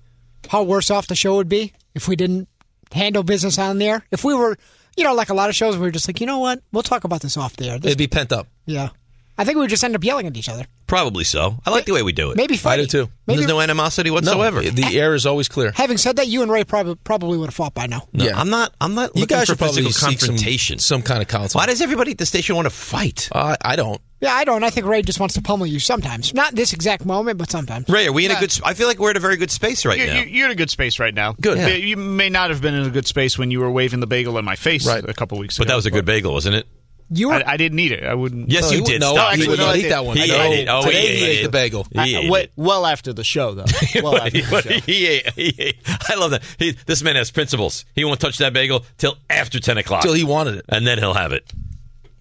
how worse off the show would be if we didn't handle business on there? If we were, you know, like a lot of shows, we were just like, you know what? We'll talk about this off there. This,
It'd be pent up.
yeah, I think we would just end up yelling at each other.
Probably so. I like the way we do it.
Maybe
I do
fighting.
too.
Maybe- There's no
animosity whatsoever.
the air is always clear.
Having said that, you and Ray probably probably would have fought by now.
No, I'm not. I'm not.
You
looking
guys
for
should probably
physical
seek some-
confrontation.
Some, kind of counsel. Why
does everybody at the station want to fight?
Uh, I don't.
Yeah, I don't. I think Ray just wants to pummel you sometimes. Not this exact moment, but sometimes.
Ray, are we in a good? sp- I feel like we're in a very good space right
you're,
now.
you're- you're in a good space right now.
Good.
You- You may not have been in a good space when you were waving the bagel in my face a couple weeks ago.
but that was a good bagel, wasn't it?
You
I, I didn't need it. I wouldn't.
Yes, No, you you- did. no, Stop. you did
I
not eat
did.
that one. He No. ate it. Oh, Today he he ate ate it. the bagel. He
I-
ate
wait, well after the show,
*laughs*
though. Well after the show.
he ate, he ate. I love that. He, this man has principles. He won't touch that bagel till after ten o'clock.
Till he wanted it,
and then he'll have it.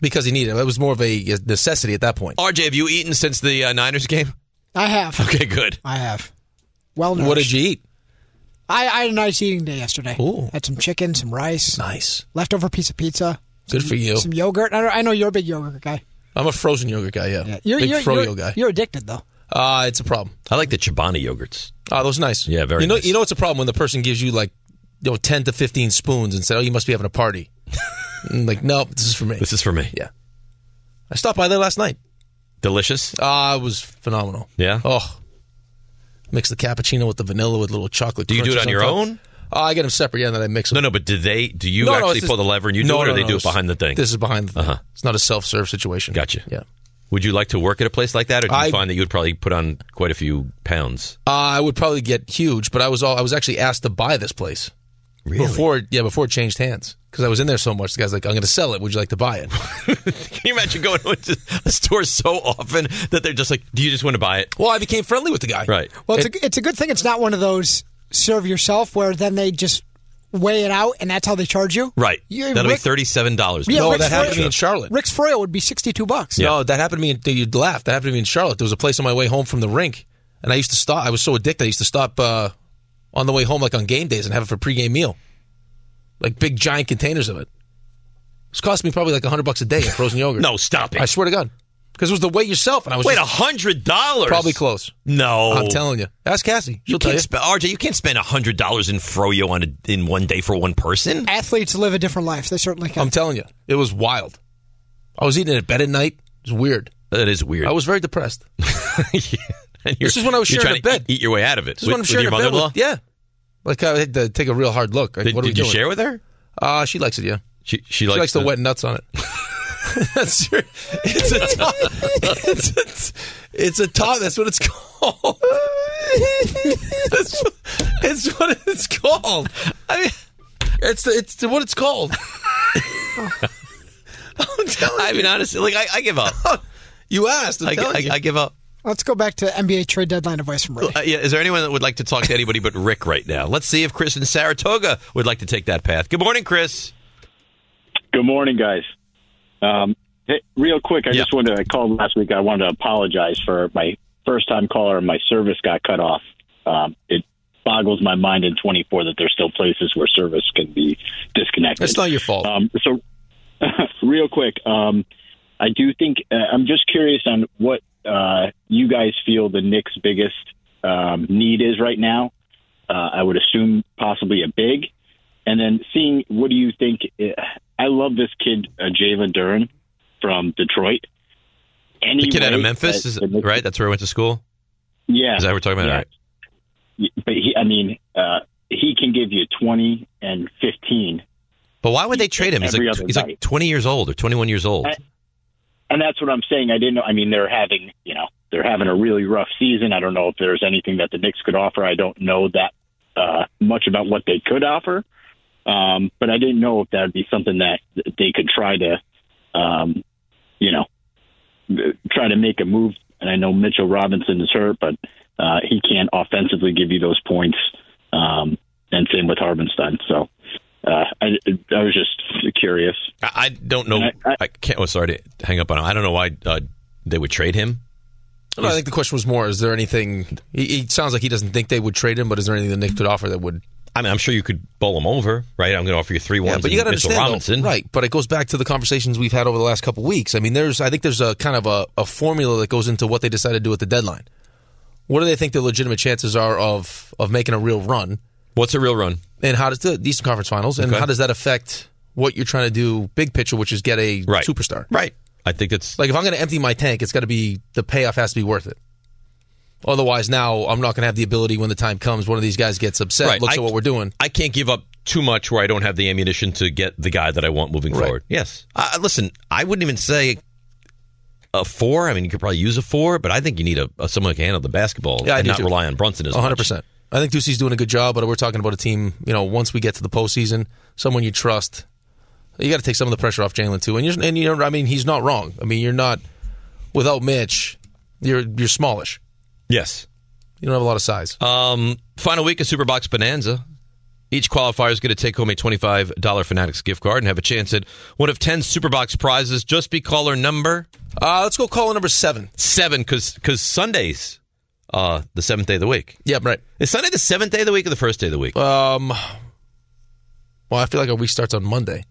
because he needed it. It was more of a necessity at that point.
RJ, have you eaten since the uh, Niners game? *laughs*
I have.
Okay, good.
I have. Well,
What did you eat?
I, I had a nice eating day yesterday. Ooh. Had some chicken, some rice.
Nice.
Leftover piece of pizza.
Good
some-
for you.
Some yogurt. I, don't- I know you're a big yogurt guy.
I'm a frozen yogurt guy. Yeah,
You're,
big
you're,
fro
you're-
yogurt guy.
You're addicted, though.
Uh, it's a problem.
I like the Chobani yogurts.
Oh, those are nice. Yeah,
very
You know, you know, it's a problem when the person gives you like, you know, ten to fifteen spoons and said, "Oh, you must be having a
*laughs*
party." And like, no, this is for me.
This is for me.
Yeah, I stopped by there last night.
Delicious.
Ah, it was phenomenal.
Yeah?
Oh, mix the cappuccino with the vanilla with a little chocolate.
Do you do it
crunches
on your
top.
own?
Uh, I get them separate. Yeah, and then I mix them.
No, no, but do they? Do you
No, no,
actually
it's
pull
just-
the lever and you
No,
do it, or
no,
they
no,
do it
it's-
behind the thing?
This is behind the thing.
Uh-huh.
It's not a self-serve situation. Gotcha. Yeah.
Would you like to work at a place like that, or do you
I-
find that you would probably put on quite a few pounds?
Uh, I would probably get huge, but I was all I was actually asked to buy this place before. Yeah, before it changed hands because I was in there so much. The guy's like, "I'm going to sell it. Would you like to buy
*laughs*
it?"
Can you imagine going *laughs* to a store so often that they're just like, "Do you just want to buy it?"
Well, I became friendly with the guy.
Right.
Well, it's, a, it's a good thing it's not one of those serve yourself where then they just weigh it out and that's how they charge you.
Right.
You-
That'll
Rick-
be thirty-seven dollars.
Yeah, Rick's Froyo-
Charlotte.
Rick's Froyo would be 62 bucks.
No, that happened to me. In, you'd laugh. That happened to me in Charlotte. There was a place on my way home from the rink, and I used to stop. I was so addicted. I used to stop uh, on the way home, like on game days, and have it for pregame meal, like big giant containers of it. It's cost me probably like hundred bucks a day in
*laughs*
frozen yogurt.
No, stop it.
I swear to God, because it was the way yourself, and I was
Wait,
just-
hundred dollars?
Probably close.
No,
I'm telling you. Ask Cassie. She'll
You
tell
can't
you.
spe- RJ. You can't spend hundred dollars in froyo on a, in one day for one person.
Athletes live a different life. They certainly can.
I'm telling you, it was wild. I was eating it at bed at night. It was weird.
That is weird.
I was very
*laughs*
depressed.
And
This
you're-
is when I was
you're
sharing
trying
a bed.
To eat eat your way out of it.
This is
with,
what I'm
with
sharing
your
a bed
mother-in-law.
with. Yeah, like I had to take a real hard look. Like,
Did-
what are
did
we
you
doing?
share with her?
Uh, she likes it. Yeah,
she
she likes, the,
the- *laughs*
wet nuts on it. That's your, it's a top. It's a, it's a top. That's what it's *laughs* called. That's what, it's what it's called. It's the, it's the, what it's called.
I mean, honestly, like I, I give up.
*laughs* you asked.
I, I, I give up.
Let's go back to NBA trade deadline advice from Ray.
Uh, yeah, is there anyone that would like to talk to anybody but Rick right now? Let's see if Chris in Saratoga would like to take that path. Good morning, Chris.
Good morning, guys. Um, hey, real quick, I just wanted to, I called last week. I wanted to apologize for my first time caller. My service got cut off. Um, it boggles my mind in 24 that there's still places where service can be disconnected.
It's not your fault.
Um, so, *laughs* real quick, um, I do think uh, I'm just curious on what uh, you guys feel the Knicks' biggest um, need is right now. Uh, I would assume possibly a big, and then seeing what do you think? uh, I love this kid uh, Jalen Duran from Detroit. Any
the kid out of
way
Memphis,
that
is,
the Knicks-
right? That's where I went to school.
Yeah,
Is that what we're talking about?
Yeah.
All right.
but he, I mean, uh, he can give you twenty and fifteen
But why would they trade him? He's
Every
like
other
he's like
night.
20 years old or 21 years old.
I- and that's what I'm saying. I didn't know. I mean, they're having, you know, they're having a really rough season. I don't know if there's anything that the Knicks could offer. I don't know that uh, much about what they could offer. Um, but I didn't know if that would be something that they could try to, um, you know, try to make a move. And I know Mitchell Robinson is hurt, but uh, he can't offensively give you those points. Um, and same with Harbenstein. So uh, I, I was just curious.
I, I don't know. I, can't. Oh, sorry to hang up on him. I don't know why uh, they would trade him.
No, I think the question was more: Is there anything? He, he sounds like he doesn't think they would trade him, but is there anything the Knicks could offer that would?
I mean, I'm sure you could bowl him over, right? I'm going to offer you three ones.
Yeah, but you got
and
to
Mitchell
understand, though,
Robinson,
right? But it goes back to the conversations we've had over the last couple weeks. I mean, there's, I think there's a kind of a, a formula that goes into what they decide to do at the deadline. What do they think their legitimate chances are of of making a real run?
What's a real run?
And how does the Eastern Conference Finals? And
Okay.
how does that affect what you're trying to do, big picture, which is get a
Right.
superstar?
Right. I think it's
like if I'm going to empty my tank, it's got to be the payoff has to be worth it. Otherwise, now I'm not going to have the ability when the time comes. One of these guys gets upset,
Right.
looks
I-
at what we're doing.
I can't give up too much where I don't have the ammunition to get the guy that I want moving forward. Yes. Uh, listen, I wouldn't even say a four. I mean, you could probably use a four, but I think you need a, a someone who can handle the basketball
Yeah, I
and
do
not
too.
rely on Brunson as
100.
much.
percent I think Ducey's doing a good job, but we're talking about a team. You know, once we get to the postseason, someone you trust, you got to take some of the pressure off Jalen too. And you're, and you know, I mean, he's not wrong. I mean, you're not without Mitch, you're you're smallish.
Yes.
You don't have a lot of size.
Um, final week of Superbox Bonanza. Each qualifier is going to take home a $25 Fanatics gift card and have a chance at one of 10 Superbox prizes. Just be caller number.
Uh, let's go caller number seven.
Seven, because Sunday's uh, the seventh day of the week.
Yeah, right.
Is Sunday the seventh day of the week or the first day of the week?
Um, well, I feel like our week starts on Monday.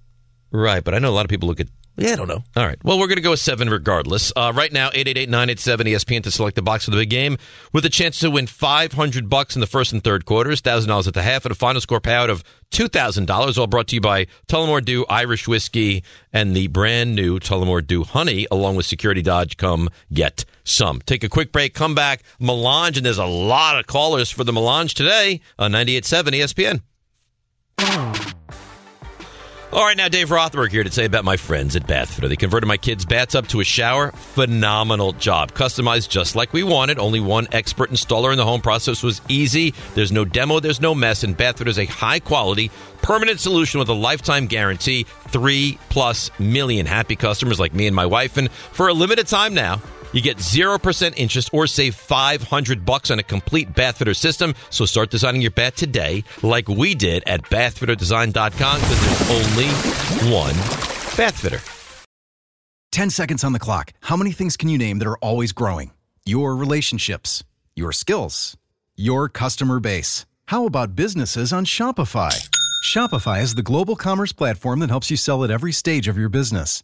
Right, but I know a lot of people look at.
Yeah, I don't know.
All right. Well, we're going to go with seven regardless. Uh, right now, 888-987-ESPN to select the box for the big game with a chance to win 500 bucks in the first and third quarters, $1,000 at the half, and a final score payout of $2,000, all brought to you by Tullamore Dew Irish Whiskey and the brand new Tullamore Dew Honey, along with Security Dodge. Come get some. Take a quick break, come back, Melange, and there's a lot of callers for the Melange today on 98.7 ESPN. All right, now Dave Rothberg here to say about my friends at Bathfitter. They converted my kids' bats up to a shower. Phenomenal job. Customized just like we wanted. Only one expert installer in the home process was easy. There's no demo, there's no mess, and Bathfitter is a high quality, permanent solution with a lifetime guarantee. Three plus million happy customers like me and my wife. And for a limited time now, you get 0% interest or save 500 bucks on a complete Bathfitter system. So start designing your bat today like we did at bathfitterdesign.com because there's only one Bathfitter.
10 seconds on the clock. How many things can you name that are always growing? Your relationships, your skills, your customer base. How about businesses on Shopify? Shopify is the global commerce platform that helps you sell at every stage of your business.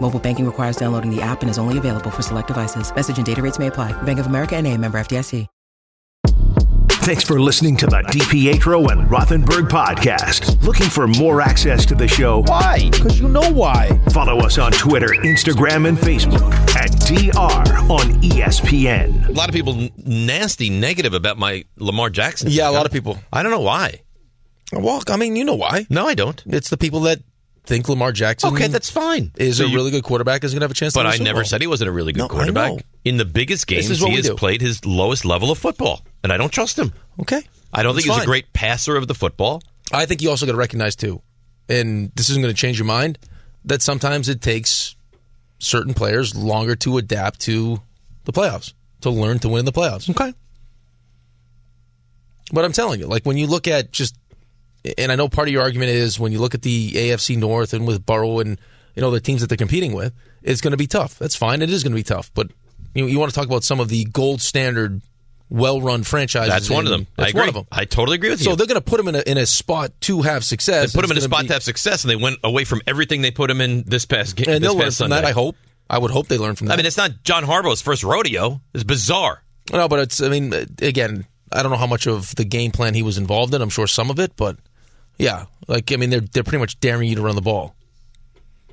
Mobile banking requires downloading the app and is only available for select devices. Message and data rates may apply. Bank of America and a member FDIC.
Thanks for listening to the DPetro and Rothenberg podcast. Looking for more access to the show? Why? Because you know why. Follow us on Twitter, Instagram, and Facebook at DR on E ESPN.
A lot of people n- nasty negative about my Lamar Jackson.
Yeah, a lot of people.
I don't know why.
Well, I mean, you know why?
No, I don't.
It's the people that think Lamar Jackson.
Okay, that's fine.
Is
So
a
you-
really good quarterback. Is going to have a chance.
But
to win
I
the Super
never
Bowl.
said he wasn't a really good
No, I
quarterback.
know.
In the biggest
This
games,
is what we
he has
do.
played his lowest level of football, and I don't trust him.
Okay.
I don't
That's
think he's a
fine.
great passer of the football.
I think you also got to recognize too, and this isn't going to change your mind that sometimes it takes certain players longer to adapt to the playoffs to learn to win in the playoffs.
Okay.
But I'm telling you, like when you look at just, and I know part of your argument is when you look at the AFC North and with Burrow and you know the teams that they're competing with, it's going to be tough. That's fine. It is going to be tough. But you you want to talk about some of the gold standard, well-run franchises.
That's one of
and
them. I
That's
agree.
one of them.
I totally agree with
So
you.
they're going to put him in a, in a spot to have success.
They put him in a
It's
spot
gonna
to have success, and they went away from everything they put him in this past game.
be- and
this
they'll learn from
past
that.
Sunday.
I hope. I would hope they learn from that.
I mean, it's not John Harbaugh's first rodeo. It's bizarre.
No, but it's. I mean, again, I don't know how much of the game plan he was involved in. I'm sure some of it, but yeah, like I mean, they're they're pretty much daring you to run the ball,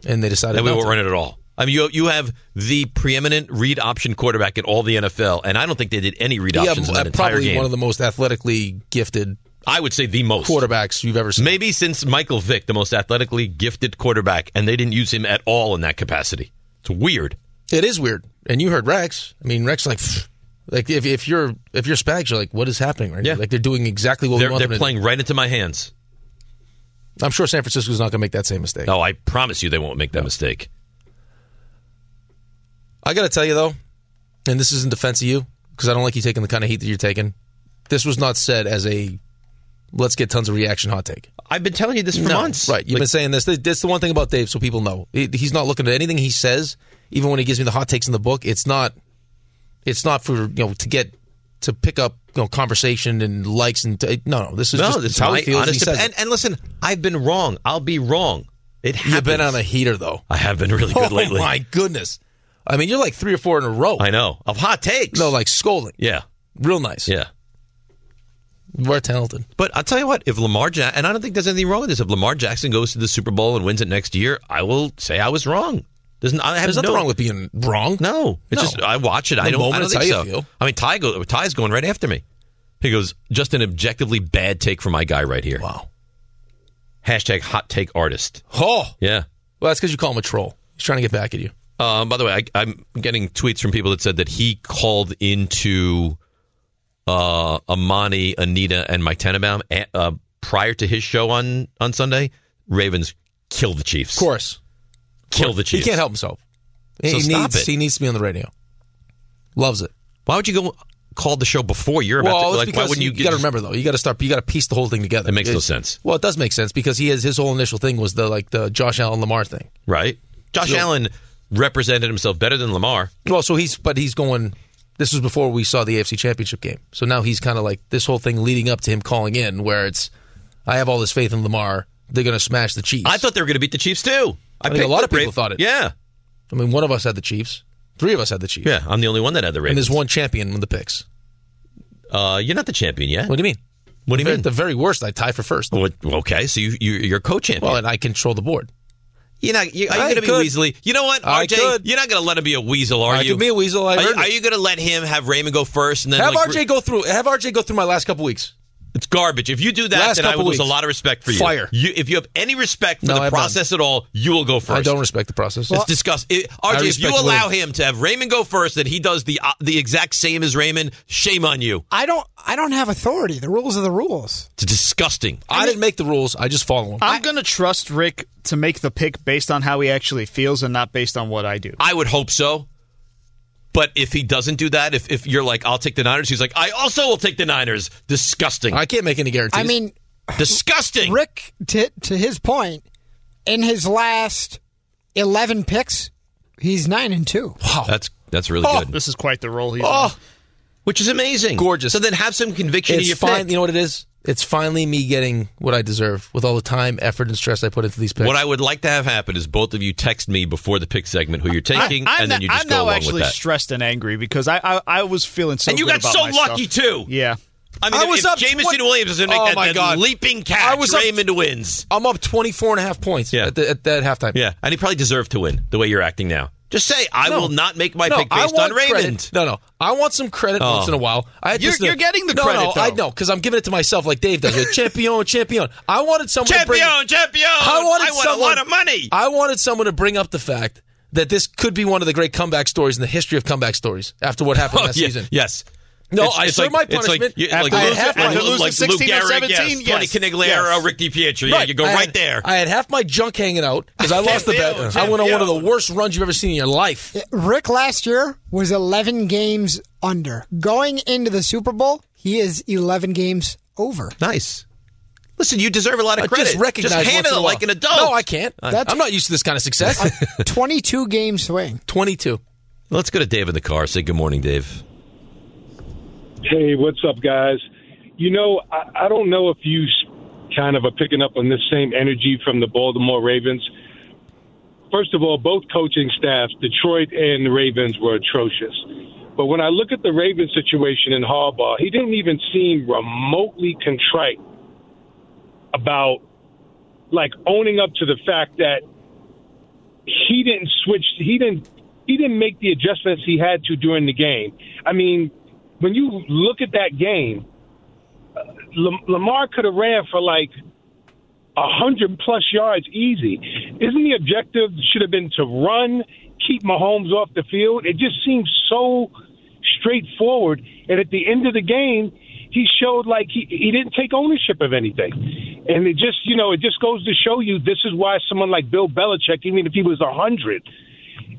and they decided
That we
not
won't
to.
run it at all. I mean, you you have the preeminent read option quarterback in all the NFL, and I don't think they did any read
You have,
options in
uh,
that entire
probably
game.
one of the most athletically gifted.
I would say the most
quarterbacks you've ever seen.
Maybe since Michael Vick, the most athletically gifted quarterback, and they didn't use him at all in that capacity. It's weird.
It is weird, and you heard Rex. I mean, Rex like, pfft. like if, if you're if you're Spags, you're like, what is happening right
Yeah.
now? Like they're doing exactly what we
They're,
want
they're
them to
playing right into my hands.
do. I'm sure San Francisco's not going to make that same mistake.
No, I promise you, they won't make that mistake.
I got to tell you though, and this is in defense of you because I don't like you taking the kind of heat that you're taking. This was not said as a let's get tons of reaction hot take.
I've been telling you this for
No,
months.
Right. You've
Like-
been saying this. Th- That's the one thing about Dave, so people know. He- He's not looking at anything he says, even when he gives me the hot takes in the book. It's not it's not for you know to get to pick up you know conversation and likes and t- no no this is
no,
just
this is
how
my
he feels and he
honest.
says
and, and listen, I've been wrong. I'll be wrong. It happens.
You've been on a heater though.
I have been really
*laughs*
good
oh
lately.
my goodness I mean you're like three or four in a row
I know of hot takes.
no like scolding
Yeah.
real nice
Yeah.
we're talented
But I'll tell you what, if Lamar Jackson, and I don't think there's anything wrong with this, if Lamar Jackson goes to the Super Bowl and wins it next year, I will say I was wrong. There's, n- I have
There's
no,
nothing wrong with being wrong.
No, it's
No.
just I watch it. I
The
don't. I
moment
don't
it's
think
how
so.
you feel.
I mean, Ty go, Ty's going right after me. He goes, just an objectively bad take from my guy right here.
Wow.
Hashtag hot take artist.
oh
Yeah.
well that's because you call him a troll he's trying to get back at you
Um, by the way, I, I'm getting tweets from people that said that he called into uh, Amani, Anita, and Mike Tenenbaum a- uh, prior to his show on on Sunday. Ravens kill the Chiefs.
of course
kill the Chiefs.
He can't help himself.
So
he
stop
needs,
it.
He needs to be on the radio. Loves it.
Why would you go call the show before you're about
well,
to?
it's
Like, why
because
wouldn't you?
you,
get-
got to remember though. You got to start. You got to piece the whole thing together.
It makes no
It's-
sense.
Well, it does make sense because he has his whole initial thing was the like the Josh Allen Lamar thing.
right? Josh
So-
Allen represented himself better than Lamar.
Well, so he's but he's going. This was before we saw the AFC Championship game. So now he's kind of like this whole thing leading up to him calling in, where it's I have all this faith in Lamar. They're going to smash the Chiefs.
I thought they were going to beat the Chiefs too.
I think a
picked
lot
the
of people
Raven-
thought it.
Yeah,
I mean, one of us had the Chiefs. Three of us had the Chiefs.
yeah. I'm the only one that had the
And
Ravens.
there's one champion in the picks.
Uh, you're not the champion yet.
What do you mean?
What do you
At
mean?
the very worst, I tie for first.
Well, okay, so you, you you're co-champion.
Well, and I control the board.
You're not. You, are you
I
going to be
could.
weaselly? You know what, RJ?
I could.
You're not going to let him be a weasel, are
I
you?
could be a weasel. I
are,
heard
are
it.
you going to let him have Raymond go first and then
Have
like,
RJ go through. Have RJ go through my last couple weeks.
It's garbage. If you do that,
Last
then I
couple
would lose a
weeks.
lot of respect for you.
Fire.
You, if you have any respect for
No, I
the
have none.
process at all, you will go first.
I don't respect the process.
It's disgusting. It- RJ, if you
respect
allow
winning.
him to have Raymond go first, that he does the uh, the exact same as Raymond, shame on you.
I don't. I don't have authority. The rules are the rules.
It's disgusting.
I didn't make the rules. I just follow them.
I'm going to trust Rick to make the pick based on how he actually feels and not based on what I do.
I would hope so. But if he doesn't do that, if, if you're like, I'll take the Niners, he's like, I also will take the Niners. Disgusting.
I can't make any guarantees.
I mean,
Disgusting.
Rick, to, to his point, in his last eleven picks, he's nine and two.
That's that's really
Oh,
good.
Oh.
This is quite the role he's on.
which is amazing. Gorgeous. So then have some conviction in
It's
your
fine.
pick.
You know what it is? It's finally me getting what I deserve with all the time, effort, and stress I put into these picks.
What I would like to have happen is both of you text me before the pick segment who you're taking,
I, am
and then you just
I'm
go
now
along
actually
with that.
stressed and angry because I I, I was feeling so
and you
good
got
about
so
myself.
lucky too.
Yeah.
I mean, if- if Jameson Williams doesn't make
Oh,
that,
my
that
God.
leaping catch,
I was up-
Raymond wins.
I'm up 24 and a half points
Yeah.
at, the, at that halftime.
Yeah, and he probably deserved to win the way you're acting now. Just say I
No.
will not make my
No,
pick
I
based
want
on Raymond.
credit. No,
*laughs*
no, I want some credit
Oh.
once in a while. I had
You're-
this-
you're getting the
no,
credit,
No, I
though.
know because I'm giving it to myself like Dave does. champion, champion. I wanted someone to bring
Champion, champion!
I wanted
I want a
someone,
lot of money.
I wanted someone to bring up the fact that this could be one of the great comeback stories in the history of comeback stories after what happened
Oh,
last
yeah,
season.
Yes.
No,
It's-
I
it's
served
like-
my
it's like-
punishment.
you- Like,
I
Luke-
had half my-
like Luke Gehrig, yes. Tony Canigliaro, Rick DiPietro. Yeah, you go
I
right
had-
there.
I had half my junk hanging out because I lost the bet. I went on one of the worst runs you've ever seen in your life.
Rick last year was 11 games under. Going into the Super Bowl, he is 11 games over.
Nice. Listen, you deserve a lot of
I
credit.
Just recognize once
handle
in
it
a while.
like an adult.
No, I can't.
That's-
I'm not used to this kind of success.
*laughs* 22 game swing.
22.
Let's go to Dave in the car. Say good morning, Dave.
Hey, what's up, guys? You know, I, I don't know if you s- kind of are picking up on this same energy from the Baltimore Ravens. First of all, both coaching staffs, Detroit and the Ravens, were atrocious. But when I look at the Ravens situation in Harbaugh, he didn't even seem remotely contrite about like owning up to the fact that he didn't switch he didn't he didn't make the adjustments he had to during the game. I mean, when you look at that game, uh, Lam- Lamar could have ran for like a hundred plus yards easy. Isn't the objective should have been to run, keep Mahomes off the field? It just seems so straightforward. And at the end of the game, he showed like he, he didn't take ownership of anything. And it just you know it just goes to show you this is why someone like Bill Belichick, even if he was a hundred,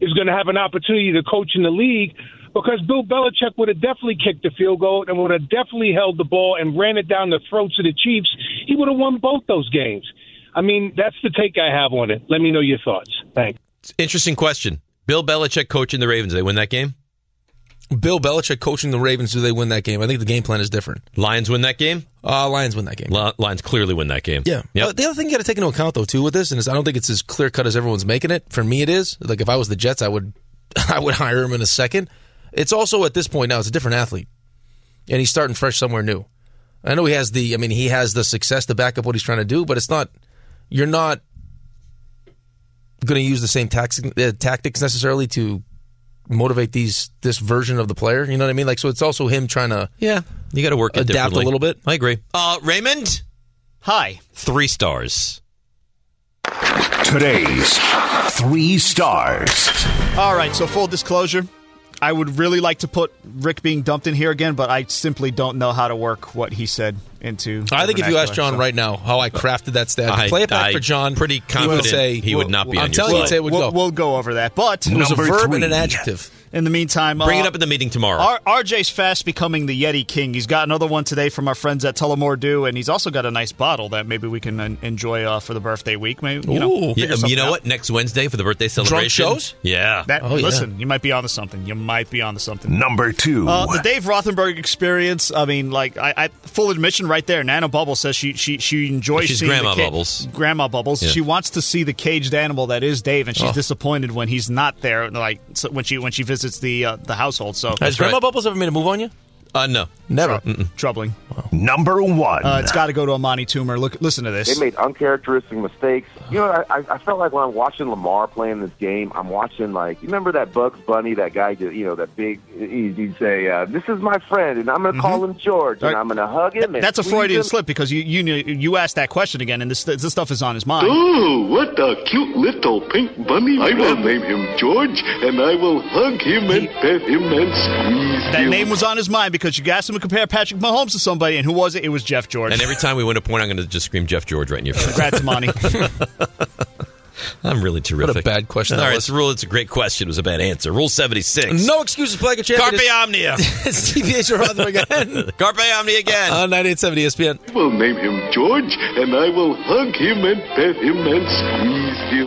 is going to have an opportunity to coach in the league. Because Bill Belichick would have definitely kicked the field goal and would have definitely held the ball and ran it down the throats of the Chiefs. He would have won both those games. I mean, that's the take I have on it. Let me know your thoughts. Thanks.
Interesting question. Bill Belichick coaching the Ravens. They win that game.
Bill Belichick coaching the Ravens. Do they win that game? I think the game plan is different.
Lions win that game.
Uh, Lions win that game.
Li- Lions clearly win that game.
Yeah.
Yep.
Uh, the other thing you got to take into account though too with this, and is I don't think it's as clear cut as everyone's making it. For me, it is. Like if I was the Jets, I would, *laughs* I would hire him in a second. It's also at this point now, it's a different athlete, and he's starting fresh somewhere new. I know he has the. I mean, he has the success to back up what he's trying to do, but it's not. You're not going to use the same tax, uh, tactics necessarily to motivate these this version of the player. You know what I mean? Like so, it's also him trying to.
Yeah, you got to work it
adapt a
differently.
little bit.
I agree. Uh, Raymond.
Hi.
Three stars.
Today's three stars.
All right, so full disclosure, I would really like to put Rick being dumped in here again, but I simply don't know how to work what he said into.
I think if you
vernacular,
ask John
so-
right now how I crafted that stat,
I-
play it back
I-
for John. Pretty
confident
he would not be
I'm
on your
telling you,
side.
he'd say it would
we'll,
go.
We'll go over that, but
It was a Number verb and an three. adjective.
In the meantime,
Bring
uh,
it up at the meeting tomorrow.
R- RJ's fast becoming the Yeti King. He's got another one today from our friends at Tullamore Dew, and he's also got a nice bottle that maybe we can en- enjoy uh, for the birthday week. Maybe you know,
Yeah,
figure
um, you
something
know
out.
what? Next Wednesday for the birthday celebration.
shows?
Yeah.
That,
Oh,
listen, you might be onto something. You might be onto something.
Number two.
Uh, the Dave Rothenberg experience. I mean, like, I, I full admission right there. Nana Bubble says she she she enjoys
She's
seeing the
Grandma
ca-
Bubbles.
Grandma Bubbles.
Yeah.
She wants to see the caged animal that is Dave, and she's
Oh.
disappointed when he's not there. Like so when she when she visits the uh, the household. So
Has Grandma Bubbles ever made a move on you?
Uh, no,
never.
Troubling.
Number one.
Uh, it's got to go to Amani Toomer. Look, listen to this.
They made uncharacteristic mistakes. You know, I, I felt like when I'm watching Lamar playing this game, I'm watching like you remember that Bugs Bunny, that guy, you know, that big. he- He'd say, uh, "This is my friend, and I'm going to call him George, and I'm going to hug him." And
Mm-hmm. That's a
squeeze
Freudian
him."
slip because you you knew- you asked that question again, and this this stuff is on his mind.
Ooh, what a cute little pink bunny. I will name him George, and I will hug him and pet him and squeeze
That
him.
name was on his mind because you asked him to compare Patrick Mahomes to somebody, and who was it? It was Jeff George.
And every time we win a point, I'm going to just scream Jeff George right in
*laughs*
your face.
Congrats, Monty.
I'm really terrific.
What a bad question
All
that
right,
was.
it's a rule. It's a great question. It was a bad answer. Rule 76.
No excuses, play a champion.
Carpe omnia.
*laughs* it's TPH or Rothenberg *laughs* again.
Carpe omnia again.
On 9870 ESPN.
I will name him George, and I will hug him and pet him and squeeze him.